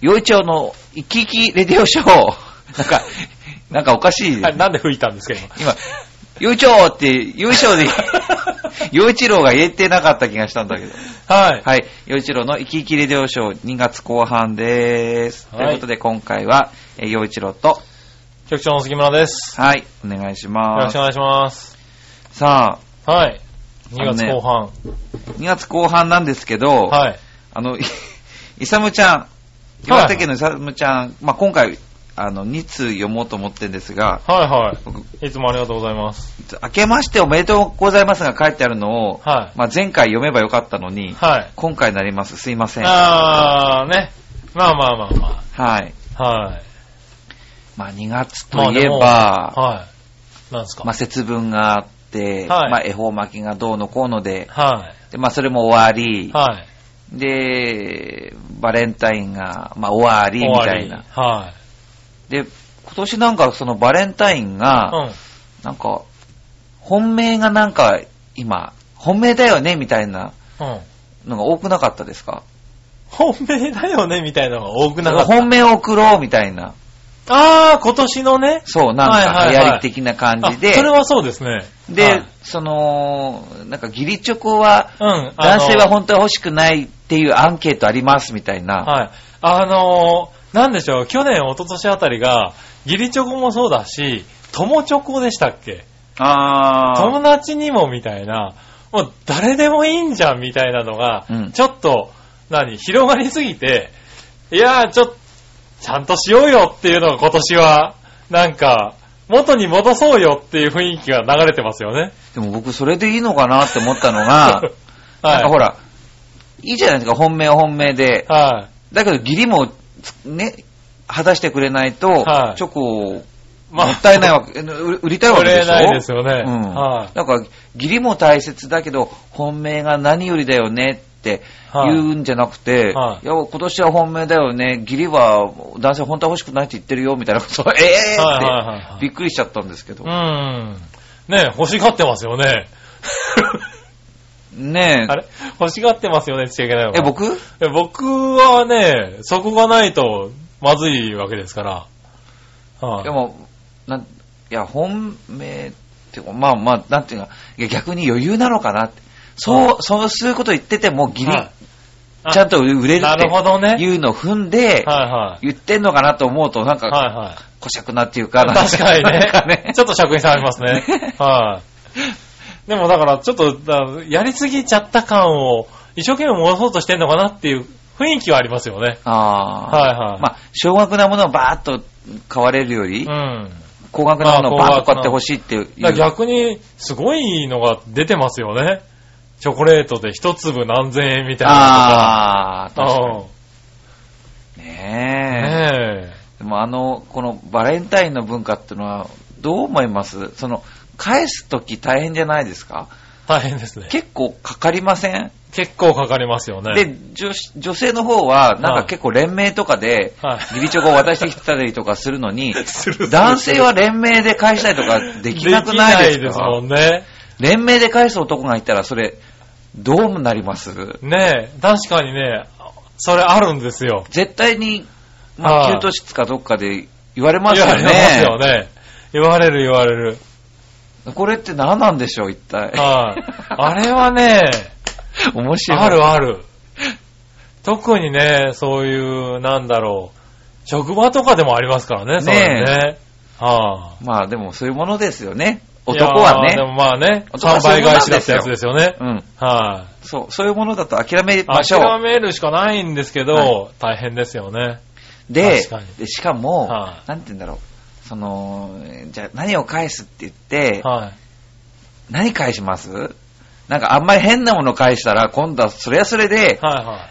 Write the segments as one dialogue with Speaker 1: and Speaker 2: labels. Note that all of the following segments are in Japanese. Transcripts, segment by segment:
Speaker 1: 洋一郎の生き生きレディオショー、 なんか、なんかおかしいですね、
Speaker 2: はいなんで吹いたんですか、今。
Speaker 1: 今、洋一郎って、洋一郎 で、洋一郎が言えてなかった気がしたんだけど。
Speaker 2: はい。
Speaker 1: はい。洋一郎の生き生きレディオショー2月後半です。
Speaker 2: はい
Speaker 1: ということで今回は、えー洋一郎と、
Speaker 2: 局長の杉村です。
Speaker 1: はい、お願いし
Speaker 2: よ
Speaker 1: ま
Speaker 2: ろ
Speaker 1: す
Speaker 2: しくお。願いします。
Speaker 1: さあ、
Speaker 2: はい。2
Speaker 1: あの
Speaker 2: 月
Speaker 1: ね
Speaker 2: 後半。
Speaker 1: 2月後半なんですけど、
Speaker 2: はい。
Speaker 1: あの、いイサムちゃん、岩手県のイサムちゃん、まあ、今回、あの、2通読もうと思ってるんですが、
Speaker 2: はいは
Speaker 1: 僕
Speaker 2: い。いつもありがとうございます。
Speaker 1: 明けましておめでとうございますが書いてあるのを、
Speaker 2: はい
Speaker 1: まあ、前回読めばよかったのに、
Speaker 2: はい。
Speaker 1: 今回になります。すいません。は
Speaker 2: あー、ね。まあまあまあま
Speaker 1: い。
Speaker 2: あ。はい。
Speaker 1: まあ、2月
Speaker 2: まあ
Speaker 1: といえ
Speaker 2: でも
Speaker 1: ば、
Speaker 2: はい。なんですか
Speaker 1: まあ、節分があって、
Speaker 2: はい
Speaker 1: まあ、恵方巻きがどうのこうので、
Speaker 2: は
Speaker 1: で、まあ、それも終わり、
Speaker 2: い。はい。
Speaker 1: で、バレンタインが、まあ、終わり、みたいな。
Speaker 2: 終わ
Speaker 1: で、今年なんかそのバレンタインが、
Speaker 2: り。はい。うん。
Speaker 1: なんか、本命がなんか今、本命だよねみたいな
Speaker 2: うん。
Speaker 1: のが多くなかったですか
Speaker 2: 本命だよね、みたいなのが多くなかった。
Speaker 1: 本命を送ろうみたいな。
Speaker 2: あー、今年のね。
Speaker 1: そう、なん
Speaker 2: は
Speaker 1: か
Speaker 2: いはい
Speaker 1: 流
Speaker 2: はい
Speaker 1: 行り的な感じで。
Speaker 2: あそれはそうですね。
Speaker 1: で、
Speaker 2: はい
Speaker 1: その、なんか義理チョコは、
Speaker 2: うん。あの
Speaker 1: 男性は本当は欲しくないっていうアンケートありますみたいな。
Speaker 2: はい。あのーなんでしょう、去年、一昨年あたりが、ギリチョコもそうだし、友チョコでしたっけ
Speaker 1: あー。
Speaker 2: 友達にもみたいな、もう誰でもいいんじゃんみたいなのが、
Speaker 1: うん
Speaker 2: ちょっと、何、広がりすぎて、いやー、ちょっと、ちゃんとしようよっていうのが今年は、なんか、元に戻そうよっていう雰囲気が流れてますよね。
Speaker 1: でも僕それでいいのかなって思ったのが、
Speaker 2: は
Speaker 1: なん
Speaker 2: い。
Speaker 1: かほら、いいじゃないですか、本命は本命で。
Speaker 2: はい。
Speaker 1: だけど義理もつ、ね、果たしてくれないと
Speaker 2: は、い
Speaker 1: チョコをもったいないわけ、え売売りたいわけ
Speaker 2: 売
Speaker 1: で
Speaker 2: れ
Speaker 1: しょ
Speaker 2: ないですよね。
Speaker 1: うん。
Speaker 2: はい。
Speaker 1: なんか、義理も大切だけど、本命が何よりだよねって
Speaker 2: はい
Speaker 1: 言うんじゃなくて、
Speaker 2: はい
Speaker 1: いや、今年は本命だよね、義理は男性本当は欲しくないって言ってるよ、みたいなこと、 ええ
Speaker 2: はいはいはい
Speaker 1: ー
Speaker 2: は
Speaker 1: っ
Speaker 2: い
Speaker 1: て、びっくりしちゃったんですけど
Speaker 2: う。ん。ねえ欲しがってます よね。
Speaker 1: ね
Speaker 2: あれ欲しがってますよねって言っちゃいけないの
Speaker 1: え。
Speaker 2: か
Speaker 1: え、僕
Speaker 2: なえ僕はね、そこがないとまずいわけですから。はい
Speaker 1: でも、なん、いや、本命っていうか、まあまあ、なんていうか、いや逆に余裕なのかなって。そう、そう、そういうこと言ってても、ギリ、
Speaker 2: はいあ
Speaker 1: ちゃんと売れる
Speaker 2: な
Speaker 1: っ
Speaker 2: るほ
Speaker 1: て
Speaker 2: どね。
Speaker 1: いうのを踏んで、
Speaker 2: はいはい。
Speaker 1: 言ってんのかなと思うと、なんか、
Speaker 2: はいはい。
Speaker 1: こしゃくなっていうか、なん
Speaker 2: 確かに
Speaker 1: なんか
Speaker 2: ね。ちょっと尺に触りま すね
Speaker 1: ね。
Speaker 2: はい。でもだからちょっと、だやりすぎちゃった感を一生懸命戻そうとしてんのかなっていう雰囲気はありますよね。
Speaker 1: ああ。
Speaker 2: はいはい。
Speaker 1: まあ、少額なものをバーッと買われるより、
Speaker 2: うん。
Speaker 1: 高額なものを
Speaker 2: まあ
Speaker 1: バーッと
Speaker 2: 高額な
Speaker 1: 買ってほしいっていう。
Speaker 2: だから逆に、すごいのが出てますよね。チョコレートで一粒何千円みたいな
Speaker 1: ああ、
Speaker 2: のと
Speaker 1: 確
Speaker 2: か。
Speaker 1: かに。
Speaker 2: うん
Speaker 1: ねえ。
Speaker 2: ね
Speaker 1: でもあの、このバレンタインの文化ってのは、どう思いますその、返すとき大変じゃないですか
Speaker 2: え。大変ですね。
Speaker 1: 結構かかりません、
Speaker 2: 結構かかりますよね。
Speaker 1: で女子、女性の方は、なんか結構連名とかで、
Speaker 2: はい、
Speaker 1: ギリチョコを渡してきたりとかするのに
Speaker 2: す る
Speaker 1: 男性は連名で返したりとかできなくないですか
Speaker 2: できないですもんね。
Speaker 1: 連名で返す男がいたら、それ、どうなります
Speaker 2: ねえ、確かにね、それあるんですよ。
Speaker 1: 絶対に、まあ、
Speaker 2: はい
Speaker 1: 給湯室かどっかで言われますよ
Speaker 2: 言われます
Speaker 1: ね。
Speaker 2: よね。言われる言われる。
Speaker 1: これって何なんでしょう、一体。
Speaker 2: はい。あれはね、
Speaker 1: 面白い。
Speaker 2: あるある。特にね、そういう、なんだろう、職場とかでもありますからね、それね。ねはあ、
Speaker 1: まあでもそういうものですよね。男はい
Speaker 2: やーで
Speaker 1: ね。
Speaker 2: もまあね、
Speaker 1: 男は
Speaker 2: 3
Speaker 1: そうい
Speaker 2: 倍
Speaker 1: うもん
Speaker 2: 返
Speaker 1: なん
Speaker 2: し
Speaker 1: で
Speaker 2: だっ
Speaker 1: す
Speaker 2: た
Speaker 1: よ
Speaker 2: やつですよね。
Speaker 1: うん。
Speaker 2: は
Speaker 1: そう、そういうものだと諦め
Speaker 2: い、
Speaker 1: ましょ
Speaker 2: 諦
Speaker 1: う。
Speaker 2: めるしかないんですけど、
Speaker 1: は
Speaker 2: 大変ですよね。
Speaker 1: で
Speaker 2: 確かに
Speaker 1: で、しかも、
Speaker 2: はい
Speaker 1: なんて言うんだろう。その、えーじゃあ何を返すって言って、
Speaker 2: はい。
Speaker 1: 何返しますなんかあんまり変なもの返したら、今度はそれはそれで、
Speaker 2: はいはい。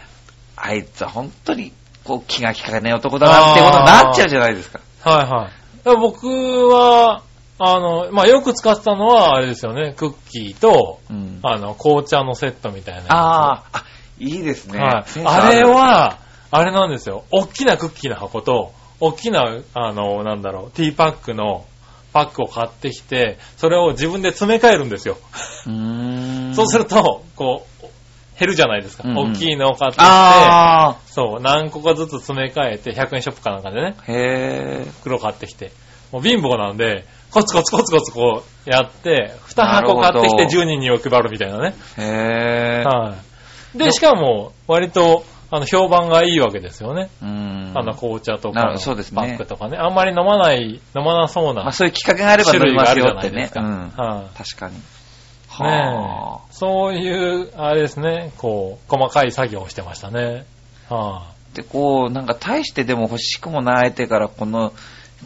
Speaker 1: あいつは本当に、こう、気が利かない男だなってことになっちゃうじゃないですか。
Speaker 2: はいはい。だから僕は、あの、まあ、よく使ってたのは、あれですよね、クッキーと、
Speaker 1: うん。
Speaker 2: あの、紅茶のセットみたいなやつ。
Speaker 1: あーあ、いいですね。
Speaker 2: はい
Speaker 1: セ。ンス
Speaker 2: あ
Speaker 1: る
Speaker 2: れ、は、あれなんですよ。大きなクッキーの箱と、大きな、あの、なんだろう、ティーパックのパックを買ってきて、それを自分で詰め替えるんですよ。
Speaker 1: うーん。
Speaker 2: そうすると、こう、減るじゃないですか。
Speaker 1: うんうん
Speaker 2: 大きいのを買ってきて、
Speaker 1: あ
Speaker 2: そう、何個かずつ詰め替えて、100円ショップかなんかでね、
Speaker 1: あ。へえ。
Speaker 2: 袋買ってきて。もう貧乏なんで、コツコツコツコツこうやって、2箱買ってきて
Speaker 1: なるほど
Speaker 2: 10人に配るみたいなね。
Speaker 1: へえ。
Speaker 2: はい。で、しかも、割と、あの、評判がいいわけですよね。
Speaker 1: うん。
Speaker 2: あの、紅茶と
Speaker 1: なる
Speaker 2: か
Speaker 1: ほ
Speaker 2: の、
Speaker 1: どそうですね
Speaker 2: バッグとかね。あんまり飲まない、飲まなそう
Speaker 1: まあ
Speaker 2: な
Speaker 1: そういうきっかけがあれば
Speaker 2: 種
Speaker 1: 飲み
Speaker 2: 類
Speaker 1: ま
Speaker 2: があ
Speaker 1: す
Speaker 2: るじゃ
Speaker 1: よっ
Speaker 2: な
Speaker 1: て
Speaker 2: いで
Speaker 1: ね
Speaker 2: す。
Speaker 1: う
Speaker 2: か。
Speaker 1: ん。
Speaker 2: は
Speaker 1: 確かに。
Speaker 2: いね
Speaker 1: はあ
Speaker 2: え。そういう、あれですね、こう、細かい作業をしてましたね。は。
Speaker 1: で、こう、なんか大してでも欲しくもない相手から、この、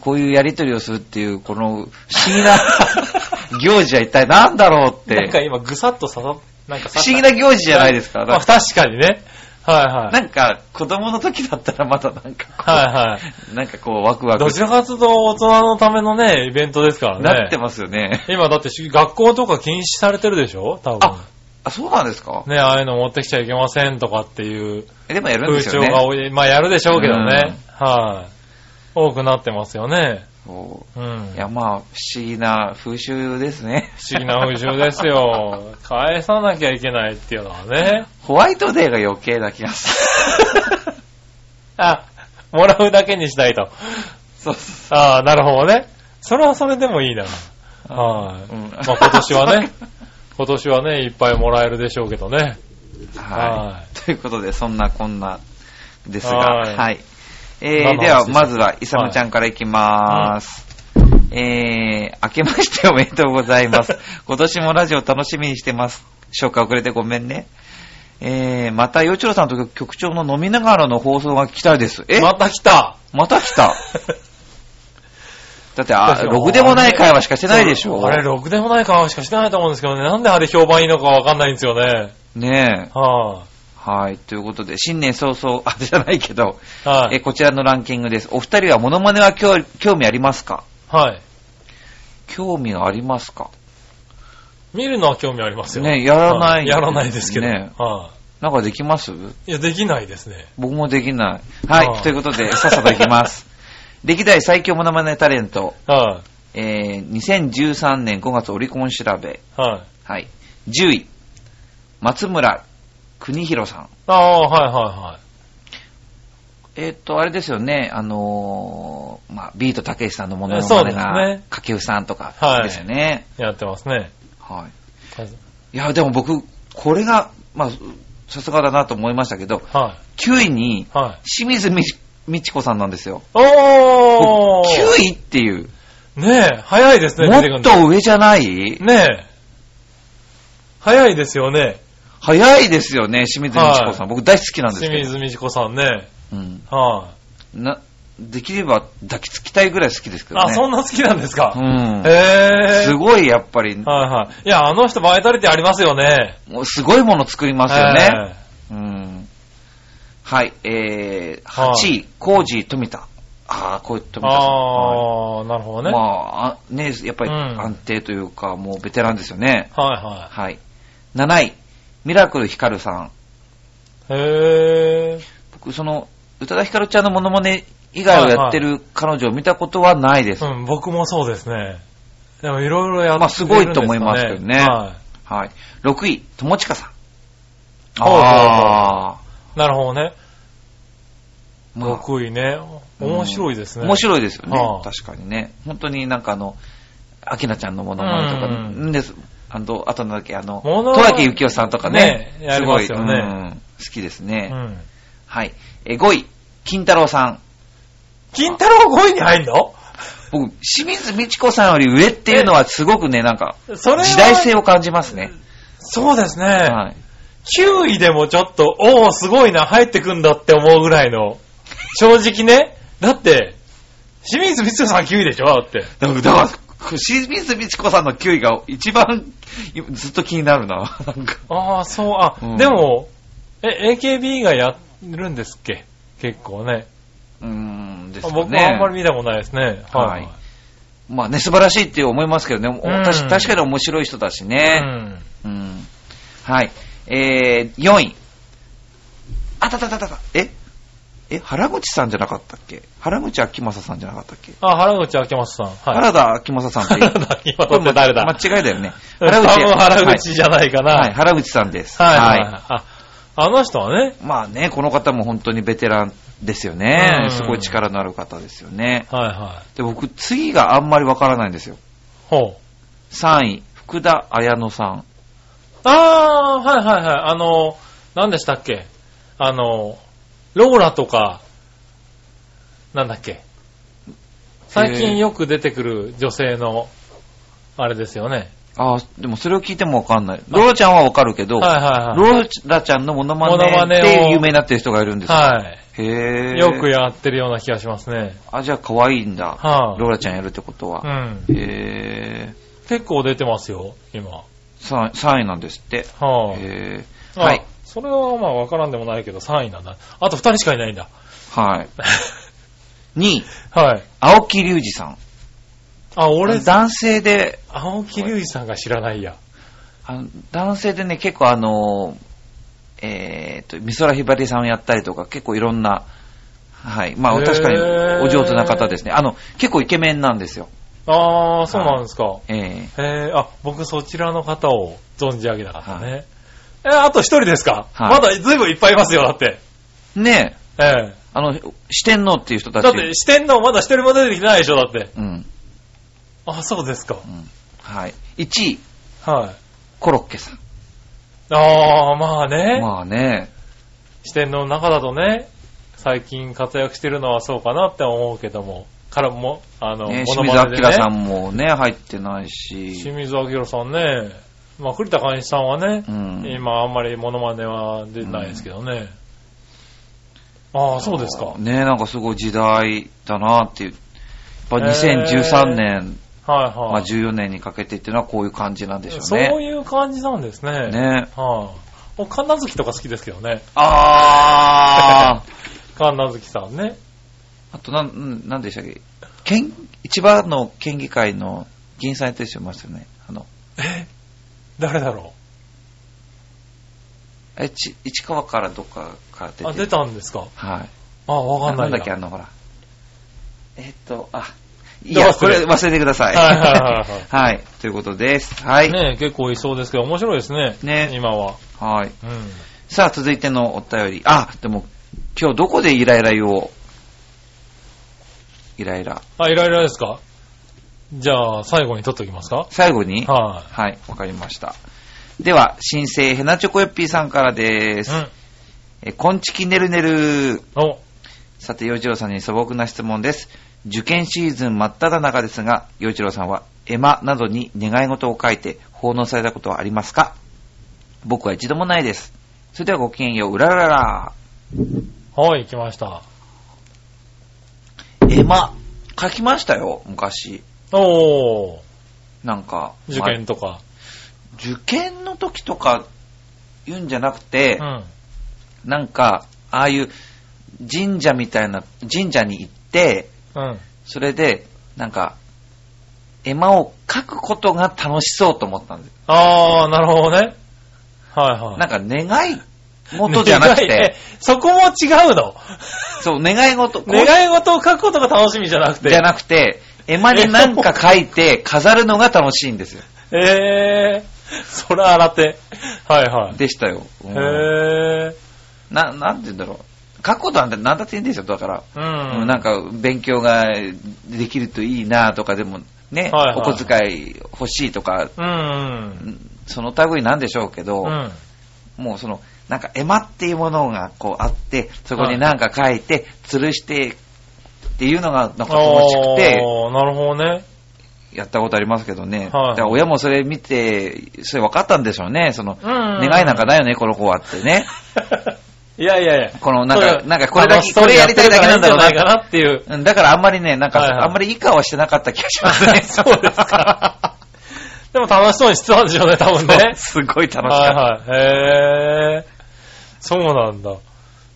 Speaker 1: こういうやりとりをするっていう、この不思議な 行事は一体何だろうっ
Speaker 2: い。なんか
Speaker 1: て。
Speaker 2: 今、ぐさっと刺さ、なんか
Speaker 1: 不思議な行事じゃないですか。
Speaker 2: まあ、確かにね。はいはい。
Speaker 1: なんか、子供の時だったらまだなんかこう、
Speaker 2: はいはい。
Speaker 1: なんかこう、ワクワク
Speaker 2: どちらかというと大人のためのね、イベントですからね。
Speaker 1: なってますよね。
Speaker 2: 今だってし学校とか禁止されてるでしょ多分。
Speaker 1: ああ、そうなんですか
Speaker 2: ね、ああいうの持ってきちゃいけませんとかっていう
Speaker 1: えでもやるん
Speaker 2: 風
Speaker 1: です
Speaker 2: 潮
Speaker 1: よね。
Speaker 2: が多い。まあやるでしょうけどね。はい、多くなってますよね。
Speaker 1: そ
Speaker 2: うん。
Speaker 1: ういや、まあ、不思議な風習ですね。
Speaker 2: 不思議な風潮ですよ。返さなきゃいけないっていうのはね。
Speaker 1: ホワイトデーが余計な気が する。
Speaker 2: あ、もらうだけにしたいと。
Speaker 1: そうそ
Speaker 2: ああ、なるほどね。それはそれでもいいな。はい、
Speaker 1: う。うん
Speaker 2: まあ今年 はね、今年はね、いっぱいもらえるでしょうけどね。は
Speaker 1: はい。ということで、そんなこんなですが、
Speaker 2: は
Speaker 1: はいい。え
Speaker 2: 何の
Speaker 1: ー、で
Speaker 2: 話でしょ
Speaker 1: は、
Speaker 2: う
Speaker 1: まずは、イサムちゃんからいきまーす。えー、明けましておめでとうございます。 今年もラジオ楽しみにしてます。紹介遅れてごめんね。えー、また、よちろさんと局長の飲みながらの放送が聞きたいです。え
Speaker 2: また来た
Speaker 1: また来 ただって、
Speaker 2: だ
Speaker 1: あ、
Speaker 2: って
Speaker 1: ろくでもない会話しかしてないでしょ
Speaker 2: あれ、ろくでもない顔しかしてないと思うんですけどね。なんであれ評判いいのかわかんないんですよね。
Speaker 1: ねえ。
Speaker 2: は
Speaker 1: はい。ということで、新年早々、あ、じゃないけど、
Speaker 2: い、は
Speaker 1: え
Speaker 2: い、
Speaker 1: こちらのランキングです。お二人はモノマネは興興味ありますか
Speaker 2: はい。
Speaker 1: 興味はありますか
Speaker 2: 見るのは興味ありますよ。
Speaker 1: ね、やらない、
Speaker 2: はやらないですけど。
Speaker 1: ね。
Speaker 2: は
Speaker 1: なんかできます
Speaker 2: い、いや、できないですね。
Speaker 1: 僕もできない。は
Speaker 2: ああ
Speaker 1: い。ということで、さっさといき ます。歴代最強モノマネタレント、
Speaker 2: は
Speaker 1: えー、2013年5月オリコン調べ。
Speaker 2: い、はい、
Speaker 1: はい。10位、松村邦弘さん。
Speaker 2: ああ、はいはいはい。
Speaker 1: えっ、と、あれですよね、あのーまあ、ビートたけしさんのモノ
Speaker 2: そう
Speaker 1: マ
Speaker 2: で
Speaker 1: ネ
Speaker 2: す
Speaker 1: が
Speaker 2: ね、
Speaker 1: かけうさんとか
Speaker 2: はい
Speaker 1: ですよね。
Speaker 2: やってますね。
Speaker 1: はい。いや、でも僕、これが、まあ、さすがだなと思いましたけど、
Speaker 2: は
Speaker 1: 9位に
Speaker 2: い。、はい。
Speaker 1: 清水みちみち子さんなんですよ。
Speaker 2: おー
Speaker 1: 9位っていう、
Speaker 2: ねえ、早いですね、
Speaker 1: も
Speaker 2: 出てくる
Speaker 1: っ
Speaker 2: の
Speaker 1: と上じゃない
Speaker 2: ねえ。早いですよね。
Speaker 1: 早いですよね、清水みち子さ
Speaker 2: は
Speaker 1: ん。僕大好きなんです
Speaker 2: 清
Speaker 1: けど。
Speaker 2: 水美智子さんね。
Speaker 1: うん
Speaker 2: は
Speaker 1: なできれば抱きつきたいぐらい好きですけ
Speaker 2: い、
Speaker 1: どね。
Speaker 2: あ、そんな好きなんですか。
Speaker 1: うん
Speaker 2: へ。え。
Speaker 1: すごい、やっぱり、
Speaker 2: はいはい。いや、あの人バイタリティありますよね。
Speaker 1: もうすごいもの作りますよね。
Speaker 2: ね。
Speaker 1: うんはい、えー、8
Speaker 2: はい
Speaker 1: 位、コージー富田。ああ、こういう富田さん。はい
Speaker 2: あー、なるほどね。
Speaker 1: ま
Speaker 2: はい
Speaker 1: あ、あね、やっぱり
Speaker 2: うん
Speaker 1: 安定というか、もうベテランですよね。
Speaker 2: は
Speaker 1: はい。7位、ミラクルヒカルさん。
Speaker 2: い。へー。
Speaker 1: 僕、その、宇多田ヒカルちゃんのモノマネ以外をやってる彼女を見たことはないです。
Speaker 2: うん、僕もそうですね。でもいろいろやって
Speaker 1: まあすごいと思いますけどね
Speaker 2: るんですかは
Speaker 1: はい。6位、友近さん。
Speaker 2: ほうほうほう
Speaker 1: ああ、
Speaker 2: い。なるほどね。
Speaker 1: まあ
Speaker 2: 得意ね。面白いですね。
Speaker 1: 面白いですよね
Speaker 2: は。あ
Speaker 1: 確かにね。本当になんかあの、アキナちゃんのものまねとか、
Speaker 2: うん
Speaker 1: んです。あと、あとなんだっけ、あの、
Speaker 2: もの
Speaker 1: 戸
Speaker 2: まね
Speaker 1: 脇幸雄さんとかね。
Speaker 2: ねやりますよね
Speaker 1: うん好きですね。
Speaker 2: うん。
Speaker 1: はい。え、5位、金太郎さん。
Speaker 2: 金太郎5位に入んの
Speaker 1: 僕、清水美智子さんより上っていうのはすごくね、なんか、
Speaker 2: それは
Speaker 1: 時代性を感じますね。
Speaker 2: そうですね。
Speaker 1: はい。
Speaker 2: 9位でもちょっと、おお、すごいな、入ってくんだって思うぐらいの。正直ね。だって、清水光代さん9位でしょだって。
Speaker 1: だから、だから清水美智子さんの9位が一番ずっと気になるな。なんか
Speaker 2: ああ、そう、あ、
Speaker 1: うん
Speaker 2: でも、え、AKB がやるんですっけ結構ね。
Speaker 1: うーんです
Speaker 2: あ
Speaker 1: よね。
Speaker 2: 僕はあんまり見たことないですね。は
Speaker 1: は
Speaker 2: い。
Speaker 1: いまあね、素晴らしいって思いますけどね、おたし
Speaker 2: うん
Speaker 1: 確かに面白い人だし
Speaker 2: う
Speaker 1: ね。
Speaker 2: ん。
Speaker 1: うん。はい。えー、4位。あたたたたた。ええ、原口さんじゃなかったっけ原口あきまささんじゃなかったっけ、
Speaker 2: あ、原口あきまさん。はい。
Speaker 1: 原田あきまささんって。
Speaker 2: 原田明正って誰だ
Speaker 1: これ間違いだよね。
Speaker 2: 多分原
Speaker 1: はい
Speaker 2: 口じゃないかな。
Speaker 1: はい、原口さんです。
Speaker 2: はい。はい。
Speaker 1: はい
Speaker 2: あ、あの人はね、
Speaker 1: まあね、この方も本当にベテランですよね
Speaker 2: う。ん
Speaker 1: すごい力のある方ですよね。
Speaker 2: はいは
Speaker 1: で、僕、次があんまりわからないんですよ。
Speaker 2: い。ほう。
Speaker 1: 3位、福田彩乃さん。
Speaker 2: あー、はいはいはい。あの、何でしたっけあの、ローラとか、なんだっけ最近よく出てくる女性の、あれですよね。
Speaker 1: ああ、でもそれを聞いてもわかんない。ローラちゃんはわかるけど、
Speaker 2: はいはいはい。
Speaker 1: ローラちゃんのモノマ
Speaker 2: モノマ
Speaker 1: ネ
Speaker 2: ネを
Speaker 1: で有名になってる人がいるんですよ。
Speaker 2: は
Speaker 1: へえ。
Speaker 2: い。よくやってるような気がしますね。
Speaker 1: あ、じゃあ可愛いんだ。
Speaker 2: はい、
Speaker 1: ローラちゃんやるってことは。
Speaker 2: うん。
Speaker 1: へえ。
Speaker 2: 結構出てますよ、今。
Speaker 1: 3, 3位なんですって。
Speaker 2: はい、
Speaker 1: へえ。
Speaker 2: まあ
Speaker 1: はい。。
Speaker 2: それはまあわからんでもないけど、3位なんだ。あと2人しかいないんだ。
Speaker 1: はい。2位、
Speaker 2: はい。
Speaker 1: 青木隆二さん。
Speaker 2: あ、俺、
Speaker 1: 男性で、
Speaker 2: 青木隆二さんが知らないや。
Speaker 1: あの男性でね、結構あの、えっ、と、美空ひばりさんをやったりとか、結構いろんな、はい。ま
Speaker 2: へ
Speaker 1: あ
Speaker 2: ー
Speaker 1: 確かにお上手な方ですね。あの、結構イケメンなんですよ。
Speaker 2: あー、そうなんですか。
Speaker 1: ええ
Speaker 2: えー、あ、僕そちらの方を存じ上げなかったね。えー、あと一人ですか、
Speaker 1: はい
Speaker 2: まだずいぶんいっぱいいますよ、だって。
Speaker 1: ねえ、
Speaker 2: え
Speaker 1: あの、四天王っていう人
Speaker 2: え
Speaker 1: たち。
Speaker 2: だって、四天王まだ一人も出てきてないでしょ、だって。
Speaker 1: うん。
Speaker 2: あ、そうですか。
Speaker 1: うん。はい。1位、
Speaker 2: はい。
Speaker 1: コロッケさん。
Speaker 2: あー、まあね。
Speaker 1: まあね。
Speaker 2: 四天王の中だとね、最近活躍してるのはそうかなって思うけども、からも、あの、
Speaker 1: ね清
Speaker 2: モノ
Speaker 1: 水
Speaker 2: マネで
Speaker 1: 明さ
Speaker 2: ね。
Speaker 1: んもね、入ってないし。
Speaker 2: 清水明さんね、まあ、栗田寛一さんはね
Speaker 1: う、ん。
Speaker 2: 今あんまりモノマネは出てないですけどね。ああ、そうですか。はい
Speaker 1: ねなんかすごい時代だなっていう。やっぱ2013年、ま
Speaker 2: は
Speaker 1: あ
Speaker 2: い。
Speaker 1: 14年にかけてっていうのはこういう感じなんでしょう
Speaker 2: そ
Speaker 1: ね。
Speaker 2: ういう感じなんですね。
Speaker 1: ね
Speaker 2: はい、お、神奈月とか好きですけどね。
Speaker 1: あ ー。
Speaker 2: 神奈月さんね。
Speaker 1: あとなん、うんなんでしたっけ県、千葉の県議会の議員さんやってる人いましたよね。あの、
Speaker 2: え誰だろ
Speaker 1: え、ち、市川からどっかから出
Speaker 2: うあ、
Speaker 1: て
Speaker 2: 出
Speaker 1: る。
Speaker 2: たんですか
Speaker 1: はい。
Speaker 2: ああ、わかんない
Speaker 1: ん
Speaker 2: や
Speaker 1: だっけ、あの、ほら。えっと、あ、い
Speaker 2: ど
Speaker 1: や、
Speaker 2: うす
Speaker 1: こ
Speaker 2: る
Speaker 1: れ忘れてください。
Speaker 2: はいはいはいはい
Speaker 1: はい。ということです。はい。
Speaker 2: ねえ結構いそうですけど、面白いですね。
Speaker 1: ね
Speaker 2: 今は。
Speaker 1: はい。
Speaker 2: うん。
Speaker 1: さあ、続いてのお便り。あ、でも、今日どこでイライラ言おうイライラ。
Speaker 2: あ、イライラですかじゃあ、最後に撮っておきますか
Speaker 1: 最後に
Speaker 2: は
Speaker 1: はい、わかりました。では、新生ヘナチョコヨッピーさんからで
Speaker 2: い。
Speaker 1: す。え、こんちきねるねる。
Speaker 2: うん。お、
Speaker 1: さて、洋一郎さんに素朴な質問です。受験シーズン真っ只中ですが、洋一郎さんは、絵馬などに願い事を書いて奉納されたことはありますか僕は一度もないです。それではごきげんよう、うららら。
Speaker 2: はい、来ました。
Speaker 1: 絵馬、書きましたよ、昔。
Speaker 2: おー。
Speaker 1: なんか。
Speaker 2: 受
Speaker 1: まあ
Speaker 2: 験とか。
Speaker 1: 受験の時とか言うんじゃなくて、
Speaker 2: うん。
Speaker 1: なんか、ああいう神社みたいな、神社に行って、
Speaker 2: うん。
Speaker 1: それで、なんか、絵馬を書くことが楽しそうと思ったんです。
Speaker 2: あー、なるほどね。はいはい。
Speaker 1: なんか願い事じゃなく
Speaker 2: 願い
Speaker 1: て
Speaker 2: え、そこも違うの。
Speaker 1: そう、願い事、こう
Speaker 2: 願い事を書くことが楽しみじゃなくて。
Speaker 1: じゃなくて、絵馬に何か書いて飾るのが楽しいんですよ。
Speaker 2: えー、そら洗って。はいはい。
Speaker 1: でしたよ。うん
Speaker 2: へー。
Speaker 1: な、なんて言うんだろう。書くことなんて何だっていいんですよ。だから、
Speaker 2: うん。
Speaker 1: なんか勉強ができるといいなとかでもね、
Speaker 2: はいはい
Speaker 1: お小遣い欲しいとか、
Speaker 2: うん。
Speaker 1: その類なんでしょうけど、
Speaker 2: うん。
Speaker 1: もうその、なんか絵馬っていうものがこうあって、そこになんか書いて、吊るしてっていうのがなんか楽しくて、
Speaker 2: あーなるほどね。
Speaker 1: やったことありますけどね。
Speaker 2: はい
Speaker 1: だから親もそれ見て、それ分かったんでしょうね。その、
Speaker 2: うんうんうん
Speaker 1: 願いなんかないよね、この子はってね。
Speaker 2: いやいやいや。
Speaker 1: このなんか
Speaker 2: そうよ
Speaker 1: なんかこれだけ
Speaker 2: あのストーリ
Speaker 1: これ
Speaker 2: ー
Speaker 1: やりたいだけなんだろうな
Speaker 2: やってるからいいんじゃないかなってい
Speaker 1: う
Speaker 2: う。
Speaker 1: んだからあんまりね、なんか、
Speaker 2: はいはい
Speaker 1: あんまりいい顔はしてなかった気がしますね。
Speaker 2: そうで すか。でも楽しそうにしてたんでしょうね、多分ね。
Speaker 1: すごい楽しかった。
Speaker 2: はいはい。へー。そうなんだ。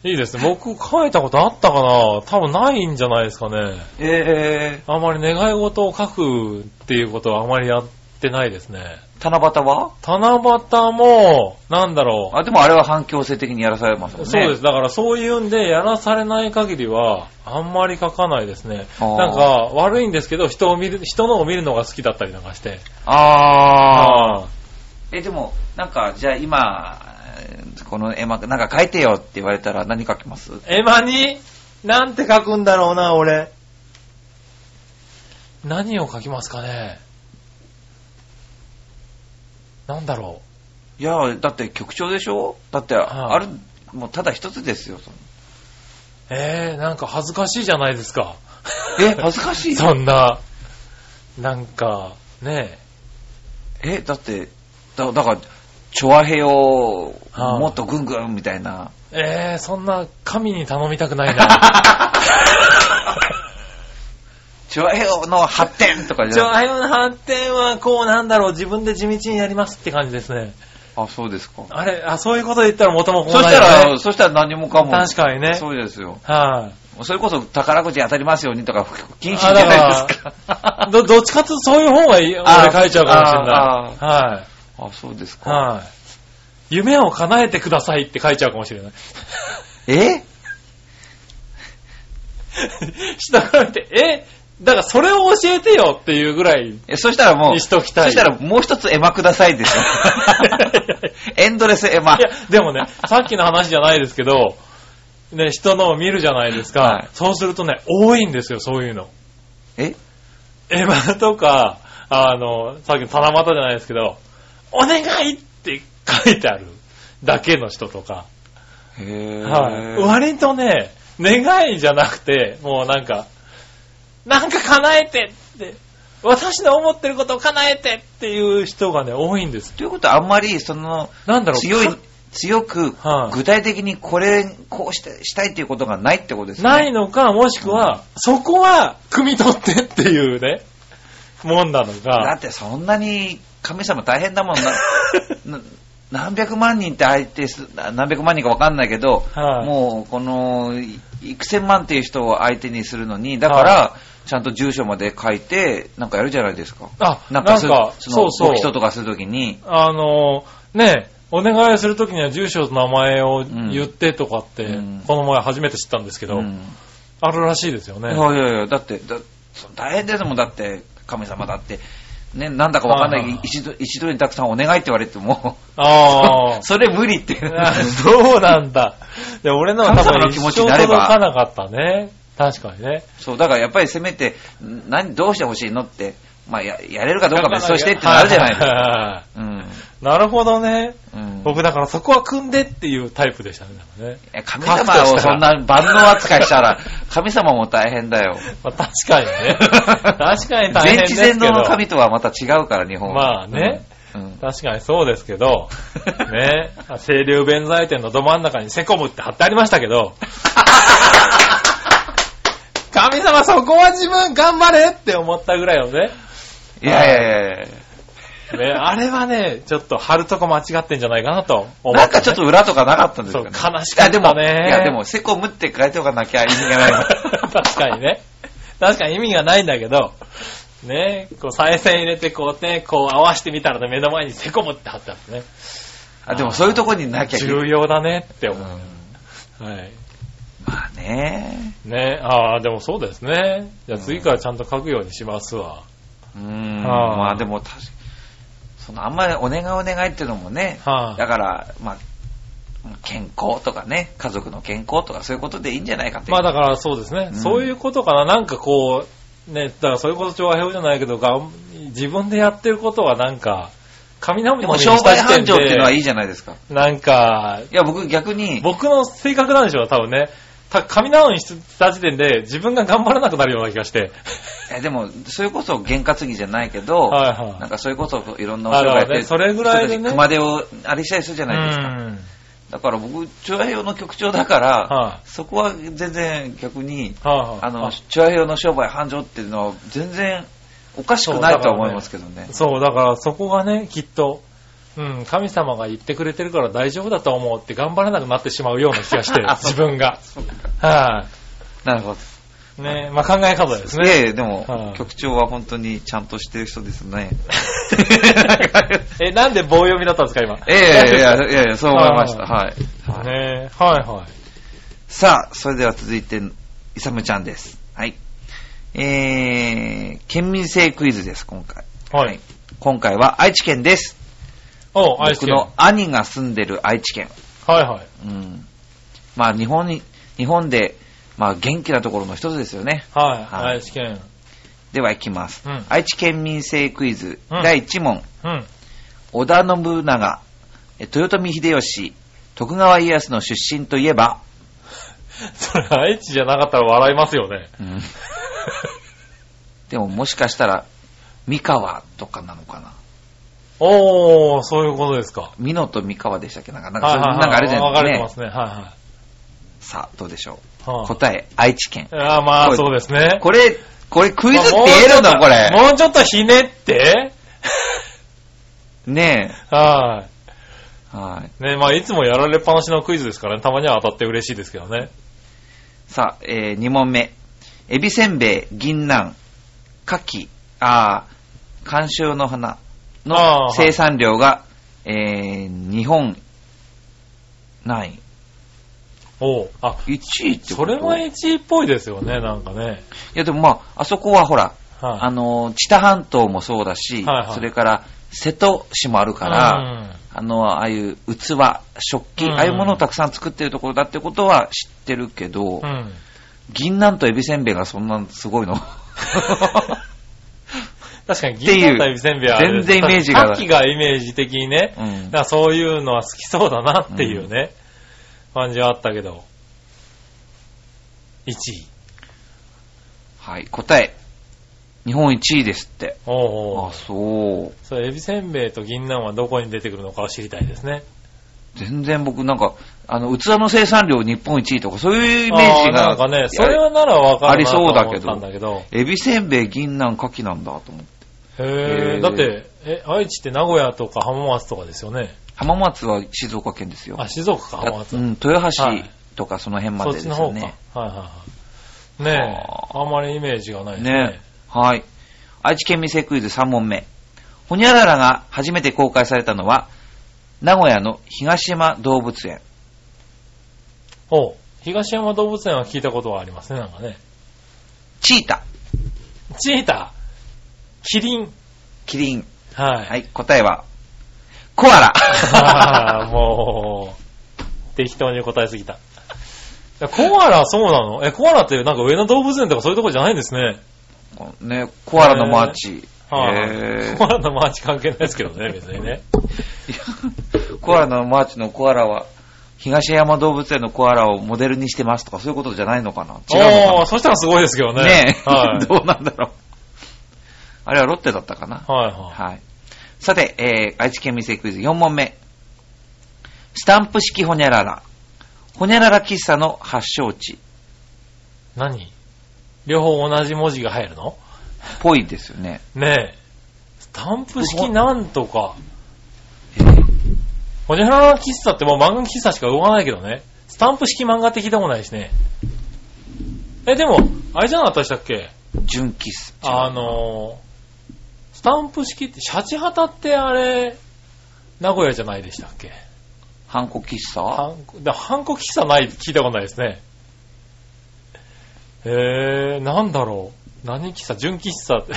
Speaker 2: いいですね。僕書いたことあったかな多分ないんじゃないですかね。
Speaker 1: え
Speaker 2: あまり願い事を書くっていうことはあまりやってないですね。
Speaker 1: ー、七夕は
Speaker 2: 七夕も、なんだろう。
Speaker 1: あ、でもあれは反強制的にやらされますもんね。
Speaker 2: そうです。だからそういうんで、やらされない限りは、あんまり書かないですね。
Speaker 1: あー
Speaker 2: なんか、悪いんですけど、人を見る、人のを見るのが好きだったりなんかして。
Speaker 1: あー。
Speaker 2: あー。
Speaker 1: え、でも、なんか、じゃあ今、えーこの絵馬、なんか書いてよって言われたら何書きます
Speaker 2: 絵馬に、なんて書くんだろうな、俺。何を書きますかね。なんだろ
Speaker 1: いや、だって局長でしょだって、
Speaker 2: はい
Speaker 1: ある、もうただ一つですよ。その
Speaker 2: う。えー、なんか恥ずかしいじゃないですか。
Speaker 1: え、恥ずかしい
Speaker 2: そんな、なんか、ね
Speaker 1: え、だって、だだから、チョアヘヨ、
Speaker 2: あ
Speaker 1: もっとぐんぐんみたいな。
Speaker 2: え、えー、そんな神に頼みたくな いな。
Speaker 1: チョアヘヨの発展とかじ
Speaker 2: じ
Speaker 1: ゃ
Speaker 2: ゃ
Speaker 1: な
Speaker 2: あ、あの反転はこうなんだろう、自分で地道にやりますって感じですね。
Speaker 1: あ、そうですか。
Speaker 2: あれ、あ、そういうこと言ったら元も子
Speaker 1: そ
Speaker 2: も
Speaker 1: し
Speaker 2: ない
Speaker 1: た
Speaker 2: よね
Speaker 1: ら、そしたら何もかも。
Speaker 2: 確かにね。
Speaker 1: そうですよ。
Speaker 2: はい、
Speaker 1: それこそ宝くじ当たりますようにとか、不謹慎じ
Speaker 2: あ
Speaker 1: ゃ
Speaker 2: だ
Speaker 1: ないですか。
Speaker 2: らど、どっちかっていうとそういう方がいい。
Speaker 1: あ
Speaker 2: 俺書いちゃうかもしれない。はい、
Speaker 1: あ、そうですか。
Speaker 2: はい、夢を叶えてくださいって書いちゃうかもしれない。
Speaker 1: え
Speaker 2: 下から見て、えだからそれを教えてよっていうぐらい
Speaker 1: えそしたらもう、
Speaker 2: にしときたい。。
Speaker 1: そしたらもう一つ絵馬くださいでしょエンドレス絵馬
Speaker 2: い。や、でもね、さっきの話じゃないですけど、ね、人のを見るじゃないですか。
Speaker 1: はい
Speaker 2: そうするとね、多いんですよ、そういうの。
Speaker 1: え
Speaker 2: エヴァとか、あの、さっきの七夕じゃないですけど、お願いって書いてあるだけの人とか、
Speaker 1: へぇ
Speaker 2: はい。割とね、願いじゃなくて、もうなんか、なんか叶えてって、私の思ってることを叶えてっていう人がね、多いんです。
Speaker 1: ということはあんまり、その、
Speaker 2: なんだろう、
Speaker 1: 強
Speaker 2: か
Speaker 1: い、強く
Speaker 2: はい、
Speaker 1: 具体的にこれ、こうして、したいっていうことがないってことですね。
Speaker 2: ないのか、もしくは、そこは、汲み取ってっていうね、もんなの
Speaker 1: だ
Speaker 2: か。
Speaker 1: ってそんなに神様大変だもん な。な何百万人って相手す、何百万人か分かんないけど、
Speaker 2: はい
Speaker 1: もうこの、い幾千万っていう人を相手にするのに、だから、ちゃんと住所まで書いて、なんかやるじゃないですか。
Speaker 2: あ、な
Speaker 1: なんん
Speaker 2: か、
Speaker 1: か
Speaker 2: そ
Speaker 1: その、
Speaker 2: うそう。
Speaker 1: 人とかするときに、
Speaker 2: あの、ね、お願いするときには住所と名前を言ってとかって、
Speaker 1: うん
Speaker 2: この前初めて知ったんですけど、
Speaker 1: うん
Speaker 2: あるらしいですよ
Speaker 1: い
Speaker 2: ね。
Speaker 1: やいやいや、だって、だそ大変ですもん、だって、神様だって、ね、なんだかわかんな
Speaker 2: はいはい
Speaker 1: い
Speaker 2: はい
Speaker 1: 一度、一度にたくさんお願いって言われても、
Speaker 2: あー
Speaker 1: それ無理って。
Speaker 2: あ。そうなんだ。で、俺のは多
Speaker 1: 神様
Speaker 2: 分
Speaker 1: の
Speaker 2: 一
Speaker 1: 気持
Speaker 2: 生
Speaker 1: ちにな
Speaker 2: 届
Speaker 1: れば
Speaker 2: かなかったね。確かにね。
Speaker 1: そう、だからやっぱりせめて、ん何、どうしてほしいのって、まあ、や、やれるかどうかは別としてってなるじゃないですか。
Speaker 2: か。
Speaker 1: うん。
Speaker 2: なるほどね。
Speaker 1: うん。
Speaker 2: 僕だからそこは組んでっていうタイプでしたね。なんかね
Speaker 1: いや神様をそんな万能扱いしたら、 神様も大変だよ。
Speaker 2: まあ、確かに ね。確かに大変
Speaker 1: 全
Speaker 2: です
Speaker 1: 知
Speaker 2: け
Speaker 1: 全
Speaker 2: ど。
Speaker 1: 能の神とはまた違うから、日本は。
Speaker 2: まあね
Speaker 1: うん。うん
Speaker 2: 確かにそうですけど、ね、清流弁財天のど真ん中にセコムって貼ってありましたけど、神様そこは自分頑張れって思ったぐらいのね、
Speaker 1: いやいやいやい
Speaker 2: ねあれはね、ちょっと貼るとこ間違ってんじゃないかなと
Speaker 1: や。
Speaker 2: 思
Speaker 1: な
Speaker 2: っ
Speaker 1: んかちょっと裏とかなかったんです
Speaker 2: そう
Speaker 1: よ、
Speaker 2: 悲
Speaker 1: ね。
Speaker 2: しかった
Speaker 1: い
Speaker 2: ね。
Speaker 1: やでも、いやでも、セコムって書いておかなきゃ意味がない わ
Speaker 2: 確かにね。確かに意味がないんだけど、ね、こう再生入れてこうね、こう合わせてみたらね、目の前にセコムって貼ってあってね。
Speaker 1: あでもそういうとこになきゃいけない。
Speaker 2: 重要だねって
Speaker 1: うん
Speaker 2: 思う。はい。
Speaker 1: まあね。
Speaker 2: ね、ああ、でもそうですね。じゃあ次からちゃんと書くようにしますわ。
Speaker 1: うん。
Speaker 2: はあ
Speaker 1: まあでも確かそのあんまりお願いお願いっていうのもね、
Speaker 2: はあ
Speaker 1: だから、まあ、健康とかね、家族の健康とかそういうことでいいんじゃないかっていう。
Speaker 2: まあだからそうですね。
Speaker 1: うん
Speaker 2: そういうことかな。なんかこう、ね、だからそういうこと調和表じゃないけど、がん自分でやってることはなんか、神並み
Speaker 1: で
Speaker 2: の
Speaker 1: も
Speaker 2: に
Speaker 1: 商売繁盛っていうのはい
Speaker 2: い。
Speaker 1: いじゃないですか。
Speaker 2: なんか、
Speaker 1: いや、僕逆に、
Speaker 2: 僕の性格なんでしょう、多分ね。た神なのにした時点で自分が頑張らなくなるような気がして。
Speaker 1: えでも、それこそ験担ぎじゃないけど、
Speaker 2: はいはい
Speaker 1: なんかそれこそいろんなお商売やって
Speaker 2: あのねそれぐらいでね
Speaker 1: 人たち熊手をあれしたりするじゃないですか。
Speaker 2: うん
Speaker 1: だから僕、チュアヘヨの局長だから、
Speaker 2: はい
Speaker 1: そこは全然逆に、
Speaker 2: はいはい
Speaker 1: あの、チュアヘヨの商売繁盛っていうのは全然おかしくないとは思いますけどね。
Speaker 2: そう、だからそこがね、きっと、うん、神様が言ってくれてるから大丈夫だと思うって頑張らなくなってしまうような気がして
Speaker 1: あ、そう
Speaker 2: 自分が。
Speaker 1: そうか
Speaker 2: は
Speaker 1: なるほど。
Speaker 2: い、ね、まあ考え方です
Speaker 1: い
Speaker 2: ね。
Speaker 1: えいえでも、
Speaker 2: はい
Speaker 1: 局長は本当にちゃんとしてる人ですね。
Speaker 2: え、なんで棒読みだったんですか、今。
Speaker 1: ええいやいやいやいや、そう思いました。
Speaker 2: は
Speaker 1: はい。はい
Speaker 2: ねはいはい。
Speaker 1: さあ、それでは続いて、イサムちゃんです。はい。えー、県民性クイズです、今回。
Speaker 2: はい
Speaker 1: 今回は愛知県です。
Speaker 2: お愛知
Speaker 1: 僕
Speaker 2: 県。は
Speaker 1: の兄が住んでる愛知県。
Speaker 2: いはいはい。
Speaker 1: うん。まあ、日本に、日本で、まあ、元気なところの一つですよね。
Speaker 2: は
Speaker 1: はい
Speaker 2: い。愛知県。
Speaker 1: では、いきます。
Speaker 2: うん
Speaker 1: 愛知県民性クイズ、
Speaker 2: うん
Speaker 1: 第1問。
Speaker 2: うん。
Speaker 1: 織田信長、え豊臣秀吉、徳川家康の出身といえば、
Speaker 2: それ愛知じゃなかったら笑います よね。
Speaker 1: うんでももしかしたら、三河とかなのかな。
Speaker 2: おー、そういうことですか。
Speaker 1: 美濃と三河でしたっけなんか、なんか、
Speaker 2: はいはいはい。
Speaker 1: なんかあれじゃ
Speaker 2: 分
Speaker 1: ない
Speaker 2: かれて
Speaker 1: で
Speaker 2: ます
Speaker 1: かね。
Speaker 2: すね。はいは
Speaker 1: さあ、どうでしょ
Speaker 2: い。
Speaker 1: う。
Speaker 2: は
Speaker 1: 答え、愛知県。
Speaker 2: あ、あーま
Speaker 1: こ
Speaker 2: あ、
Speaker 1: れ
Speaker 2: そうですね。
Speaker 1: これ、これクイズって
Speaker 2: まあ
Speaker 1: 言えるのこれ。
Speaker 2: もうちょっともうちょっとひねって。
Speaker 1: ね
Speaker 2: は
Speaker 1: え。はい。
Speaker 2: い。ね、まあ、いつもやられっぱなしのクイズですからね。たまには当たって嬉しいですけどね。
Speaker 1: さあ、えー、2問目。エビせんべい、銀杏、牡蠣、あー、観賞の花
Speaker 2: あ
Speaker 1: の
Speaker 2: ーはい
Speaker 1: 生産量が、えー、日本、ない。
Speaker 2: おうあ、
Speaker 1: 1位って
Speaker 2: そ
Speaker 1: こと
Speaker 2: れは1位っぽいですよね、なんかね。
Speaker 1: いやでもまあ、あそこはほら、あ
Speaker 2: は
Speaker 1: の、知多半島もそうだし、
Speaker 2: はいはい
Speaker 1: それから瀬戸市もある
Speaker 2: い。
Speaker 1: から、
Speaker 2: うん
Speaker 1: あの、ああいう器、食器、
Speaker 2: うん
Speaker 1: ああいうものをたくさん作ってるところだってことは知ってるけど、
Speaker 2: うん。
Speaker 1: 銀杏とエビせんべいがそんなすごいの。
Speaker 2: 確かに銀座とエビせんべいはあれです
Speaker 1: 全然イメージが
Speaker 2: さっきがイメージ的にね、
Speaker 1: うん
Speaker 2: だからそういうのは好きそうだなっていうね、感じはあったけど。1位。
Speaker 1: はい、答え。日本1位ですって。
Speaker 2: おうおう
Speaker 1: あ、そう。
Speaker 2: それエビせんべいと銀杏はどこに出てくるのかを知りたいですね。
Speaker 1: 全然僕なんか、あの、器の生産量日本1位とか、そういうイメー
Speaker 2: あ
Speaker 1: ジ
Speaker 2: ー
Speaker 1: が。
Speaker 2: なんかね、それはならわかるなと思ったんだけど。
Speaker 1: エビせんべい、銀杏、牡蠣なんだと思って。
Speaker 2: へ
Speaker 1: へー
Speaker 2: ーだって、え、愛知って名古屋とか浜松とかですよね。
Speaker 1: 浜松は静岡県ですよ。
Speaker 2: あ、静岡か浜松。
Speaker 1: うん、豊
Speaker 2: はい
Speaker 1: 橋とかその辺まで
Speaker 2: そ
Speaker 1: で
Speaker 2: っ
Speaker 1: す
Speaker 2: ちの方
Speaker 1: よ
Speaker 2: か。はい
Speaker 1: ね。
Speaker 2: はいはい。ねえ、
Speaker 1: は
Speaker 2: あんまりイメージがないですね。
Speaker 1: ねはい。愛知県民生クイズ3問目。ホニャララが初めて公開されたのは、名古屋の東山動物園。
Speaker 2: おう東山動物園は聞いたことはありますね、なんかね。
Speaker 1: チータ、
Speaker 2: チーターキリン
Speaker 1: キリン。
Speaker 2: はい。
Speaker 1: はい、答えは、コア ラ。
Speaker 2: あーもう、適当に答えすぎた。コアラ、そうなのえ、コアラってなんか上野動物園とかそういうとこじゃないんですね。
Speaker 1: ね、コアラのマーチ。
Speaker 2: はい、
Speaker 1: へー
Speaker 2: コアラのマーチ関係ないですけど ね、別にね。
Speaker 1: いや コアラのマーチのコアラは、東山動物園のコアラをモデルにしてますとか、そういうことじゃないのかな違うのかな
Speaker 2: おーそしたらすごいですけどね。
Speaker 1: ねえ、
Speaker 2: は い。
Speaker 1: どうなんだろう。あれはロッテだったかな。
Speaker 2: はいは
Speaker 1: はい。さて、えー、愛知県民生クイズ4問目。スタンプ式ホニャララ。ホニャララ喫茶の発祥地。
Speaker 2: い。何両方同じ文字が入るの
Speaker 1: ぽいですよね。
Speaker 2: ねえ。スタンプ式なんとか。
Speaker 1: えー
Speaker 2: ホニャララ喫茶ってもう漫画喫茶しか動かないけどね。スタンプ式漫画って聞いたことないしね。え、でも、あれじゃなかったでしたっけ
Speaker 1: 純喫茶。
Speaker 2: あのー、スタンプ式って、シャチハタってあれ、名古屋じゃないでしたっけ
Speaker 1: ハンコ喫茶
Speaker 2: ハンコ、だハンコ喫茶ないって聞いたことないですね。えー、なんだろう。何喫茶純喫茶 って。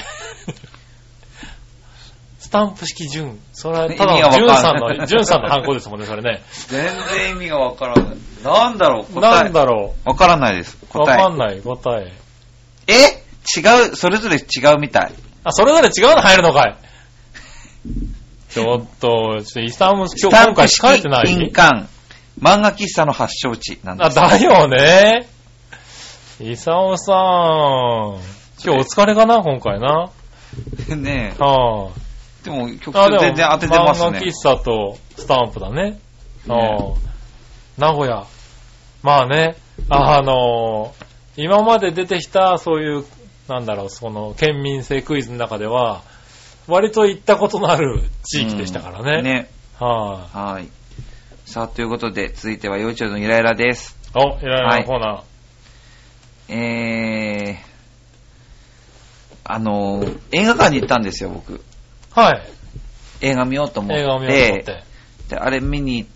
Speaker 2: スタンプ式純。それは
Speaker 1: 意
Speaker 2: た
Speaker 1: 味がわ
Speaker 2: だの
Speaker 1: かん
Speaker 2: 純
Speaker 1: ない
Speaker 2: さんの、純さんのハンコですもんね、それね。
Speaker 1: 全然意味がわからない。なんだろう、
Speaker 2: な
Speaker 1: 答え
Speaker 2: ん。だろ
Speaker 1: わからないです。
Speaker 2: う。わか
Speaker 1: 答
Speaker 2: んない、答え。
Speaker 1: え。え違う、それぞれ違うみたい。
Speaker 2: あ、それぞれ違うの入るのかい。ちょっと、ちょっとイサム、今
Speaker 1: ス
Speaker 2: 日
Speaker 1: タン
Speaker 2: 今回
Speaker 1: プ
Speaker 2: 控え
Speaker 1: 式
Speaker 2: てない
Speaker 1: 印鑑。漫画喫茶の発祥地なんで
Speaker 2: あ、
Speaker 1: す。
Speaker 2: だよね。イサオさん。今日お疲れかな、今回な。
Speaker 1: ねえ。
Speaker 2: は
Speaker 1: でも、曲
Speaker 2: あ、あ、でも
Speaker 1: 全然当ててます
Speaker 2: 漫画
Speaker 1: ね
Speaker 2: 喫。茶とスタンプだね。あ
Speaker 1: ね
Speaker 2: あ名古屋。まあね、あの今まで出てきた、そういう、なんだろう、その、県民性クイズの中では、割と行ったことのある地域でしたからね。
Speaker 1: うんね。
Speaker 2: は
Speaker 1: はい。さあ、ということで、続いては、幼稚園のイライラです。
Speaker 2: い、お、いろいろなコーナー。
Speaker 1: えー、あのー、映画館に行ったんですよ、僕。
Speaker 2: はい。
Speaker 1: 映画見ようと思って。
Speaker 2: 映画を見ようと思って。
Speaker 1: で、あれ見に行っ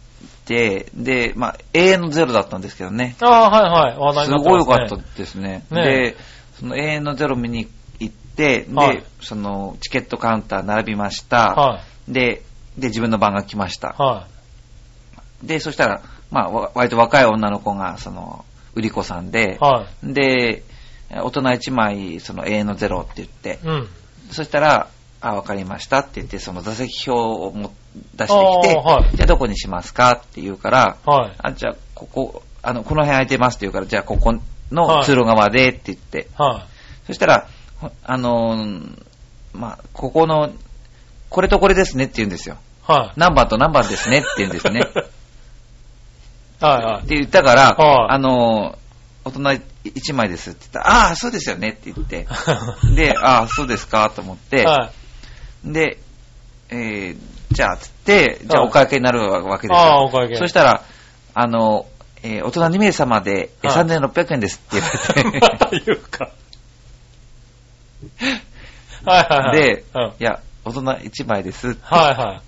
Speaker 1: て、で、まあ、永遠のゼロだったんですけどね。
Speaker 2: ああ、はいはい。話題
Speaker 1: す
Speaker 2: になって
Speaker 1: ごい
Speaker 2: ま
Speaker 1: 良
Speaker 2: すね。
Speaker 1: かったですね。
Speaker 2: ね
Speaker 1: で、その永遠のゼロ見に行って、で、
Speaker 2: はい
Speaker 1: その、チケットカウンター並びました。
Speaker 2: はい。
Speaker 1: で、で、自分の番が来ました。
Speaker 2: は
Speaker 1: で、そしたら、まあ、わ割と若い女の子が、その、売り子さんで、
Speaker 2: は
Speaker 1: で、大人1枚、その A の0って言って
Speaker 2: い。、うん。
Speaker 1: そしたら、あ、わかりましたって言って、その座席表をも出してきて、
Speaker 2: あーはい
Speaker 1: じゃあどこにしますかって言うから、
Speaker 2: はい。
Speaker 1: あ、じゃあここ、あの、この辺空いてますって言うから、じゃあここ
Speaker 2: は
Speaker 1: の
Speaker 2: い
Speaker 1: 通路側でって言って、
Speaker 2: は
Speaker 1: そしたら、ほあのーまあ、ここの、これとこれですねって言うんですよ。
Speaker 2: い。はい。
Speaker 1: 何番と何番ですねって言うん ですね。っ
Speaker 2: はいはい。
Speaker 1: て言ったから、
Speaker 2: はい
Speaker 1: あのー大人1枚ですって言ったら、ああー、そうですよねって言って、 で、ああ、そうですかと思って、
Speaker 2: はい。
Speaker 1: で、えーじゃあ、つって、じゃあ
Speaker 2: はい
Speaker 1: お会計になるわけですよ。
Speaker 2: ああ、お会計。
Speaker 1: そしたら、あの、えー大人2名様で、えー
Speaker 2: はい
Speaker 1: 3600円ですって言われ
Speaker 2: また
Speaker 1: て、
Speaker 2: 言うか。はい はいはい。
Speaker 1: で
Speaker 2: うん、はい
Speaker 1: いや、大人1枚ですって
Speaker 2: は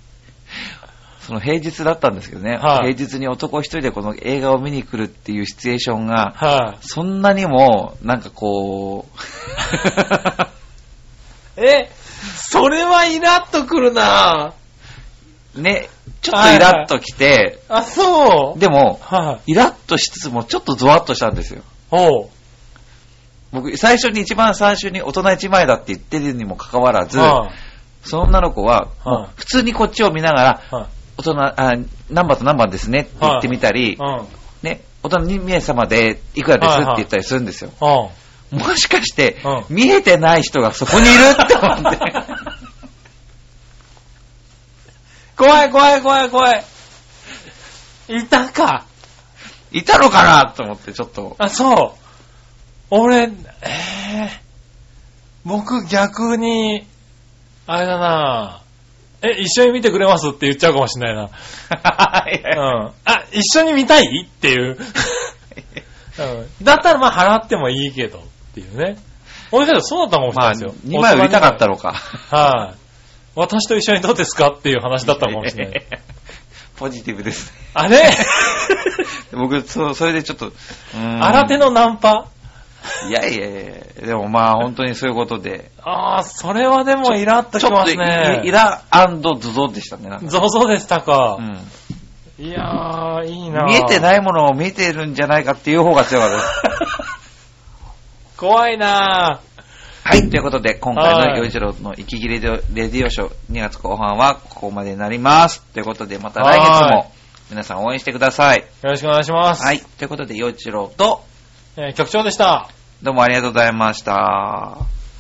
Speaker 1: その平日だったんですけどね、
Speaker 2: はい
Speaker 1: 平日に男一人でこの映画を見に来るっていうシチュエーション
Speaker 2: い。
Speaker 1: が、
Speaker 2: は
Speaker 1: そんなにも、なんかこ
Speaker 2: い。え、それはイラッとくるなぁ。
Speaker 1: う、ね、ちょっとイラッときて、
Speaker 2: あ、そう。
Speaker 1: でも、
Speaker 2: はい。
Speaker 1: イラッとしつつもちょっとゾワッとしたんですよ。
Speaker 2: おう。
Speaker 1: 僕、最初に一番最初に大人一枚だって言ってるにもかかわらず、
Speaker 2: は
Speaker 1: その女の子は、
Speaker 2: はい
Speaker 1: もう普通にこっちを見ながら、
Speaker 2: いは
Speaker 1: 大人、あ、何番と何番ですねって言ってみた
Speaker 2: い。
Speaker 1: り
Speaker 2: う、ん。
Speaker 1: ね、大人2名様でいくらです
Speaker 2: はい
Speaker 1: っ
Speaker 2: は
Speaker 1: て言
Speaker 2: い
Speaker 1: ったりするんですよ。
Speaker 2: うん。
Speaker 1: もしかして、
Speaker 2: う
Speaker 1: 見えてない人がそこにいるって思 って。
Speaker 2: 怖い怖い怖い怖い。いたか。
Speaker 1: いたのかなと思って、ちょっ と。
Speaker 2: あ、そう。俺、えー、僕逆に、あれだなえ、一緒に見てくれますって言っちゃうかもしれないな。うん。あ、一緒に見たいっていう。うん。だったらまあ払ってもいいけどっていうね。俺だとそうだったかもしれ
Speaker 1: ま
Speaker 2: ない
Speaker 1: あ、
Speaker 2: ですよ。
Speaker 1: 2枚売りたかった
Speaker 2: ろ。
Speaker 1: のか。
Speaker 2: はい、私と一緒にどうですかっていう話だったかもしれ ない。
Speaker 1: ポジティブですね。
Speaker 2: あれ
Speaker 1: 僕、そそれでちょっと、うーん
Speaker 2: 新手のナンパ
Speaker 1: いやいやいや、でもまあ本当にそういうことで。
Speaker 2: ああ、それはでもイラッと
Speaker 1: ちょ
Speaker 2: き
Speaker 1: っ
Speaker 2: ま
Speaker 1: と
Speaker 2: す
Speaker 1: イ
Speaker 2: ね。
Speaker 1: イラズゾでしたね。なんか
Speaker 2: ゾゾでした
Speaker 1: う
Speaker 2: か。
Speaker 1: ん
Speaker 2: いやー、いいな
Speaker 1: 見えて
Speaker 2: い
Speaker 1: ないものを見えてるんじゃないかっていう方が強かった です。
Speaker 2: 怖いな
Speaker 1: はい、ということで、今回
Speaker 2: は
Speaker 1: の
Speaker 2: い
Speaker 1: 洋一郎の息切れレディオショー2月後半はここまでになります。ということで、また来月
Speaker 2: は
Speaker 1: も皆さん応援してください。
Speaker 2: ーよろしくお願いします。
Speaker 1: はい、ということで、洋一郎と
Speaker 2: えー局長でした。
Speaker 1: どうもありがとうございました。